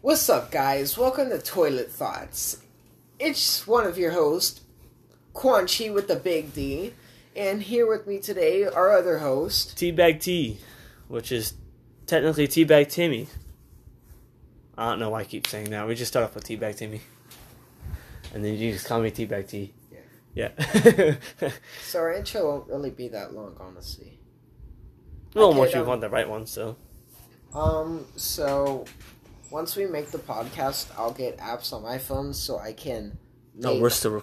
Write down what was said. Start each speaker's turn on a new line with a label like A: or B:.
A: What's up, guys? Welcome to Toilet Thoughts. It's one of your hosts, Quan Chi with the big D, and here with me today, our other host.
B: Teabag T, which is technically Teabag Timmy. I don't know why I keep saying that. We just start off with Teabag Timmy. And then you just call me Teabag T. Yeah. Yeah.
A: So our intro won't really be that long, honestly.
B: well,
A: Okay,
B: once you
A: um,
B: want the right one, so.
A: Um, so once we make the podcast, I'll get apps on my phone so I can.
B: No,
A: make-
B: we're still recording.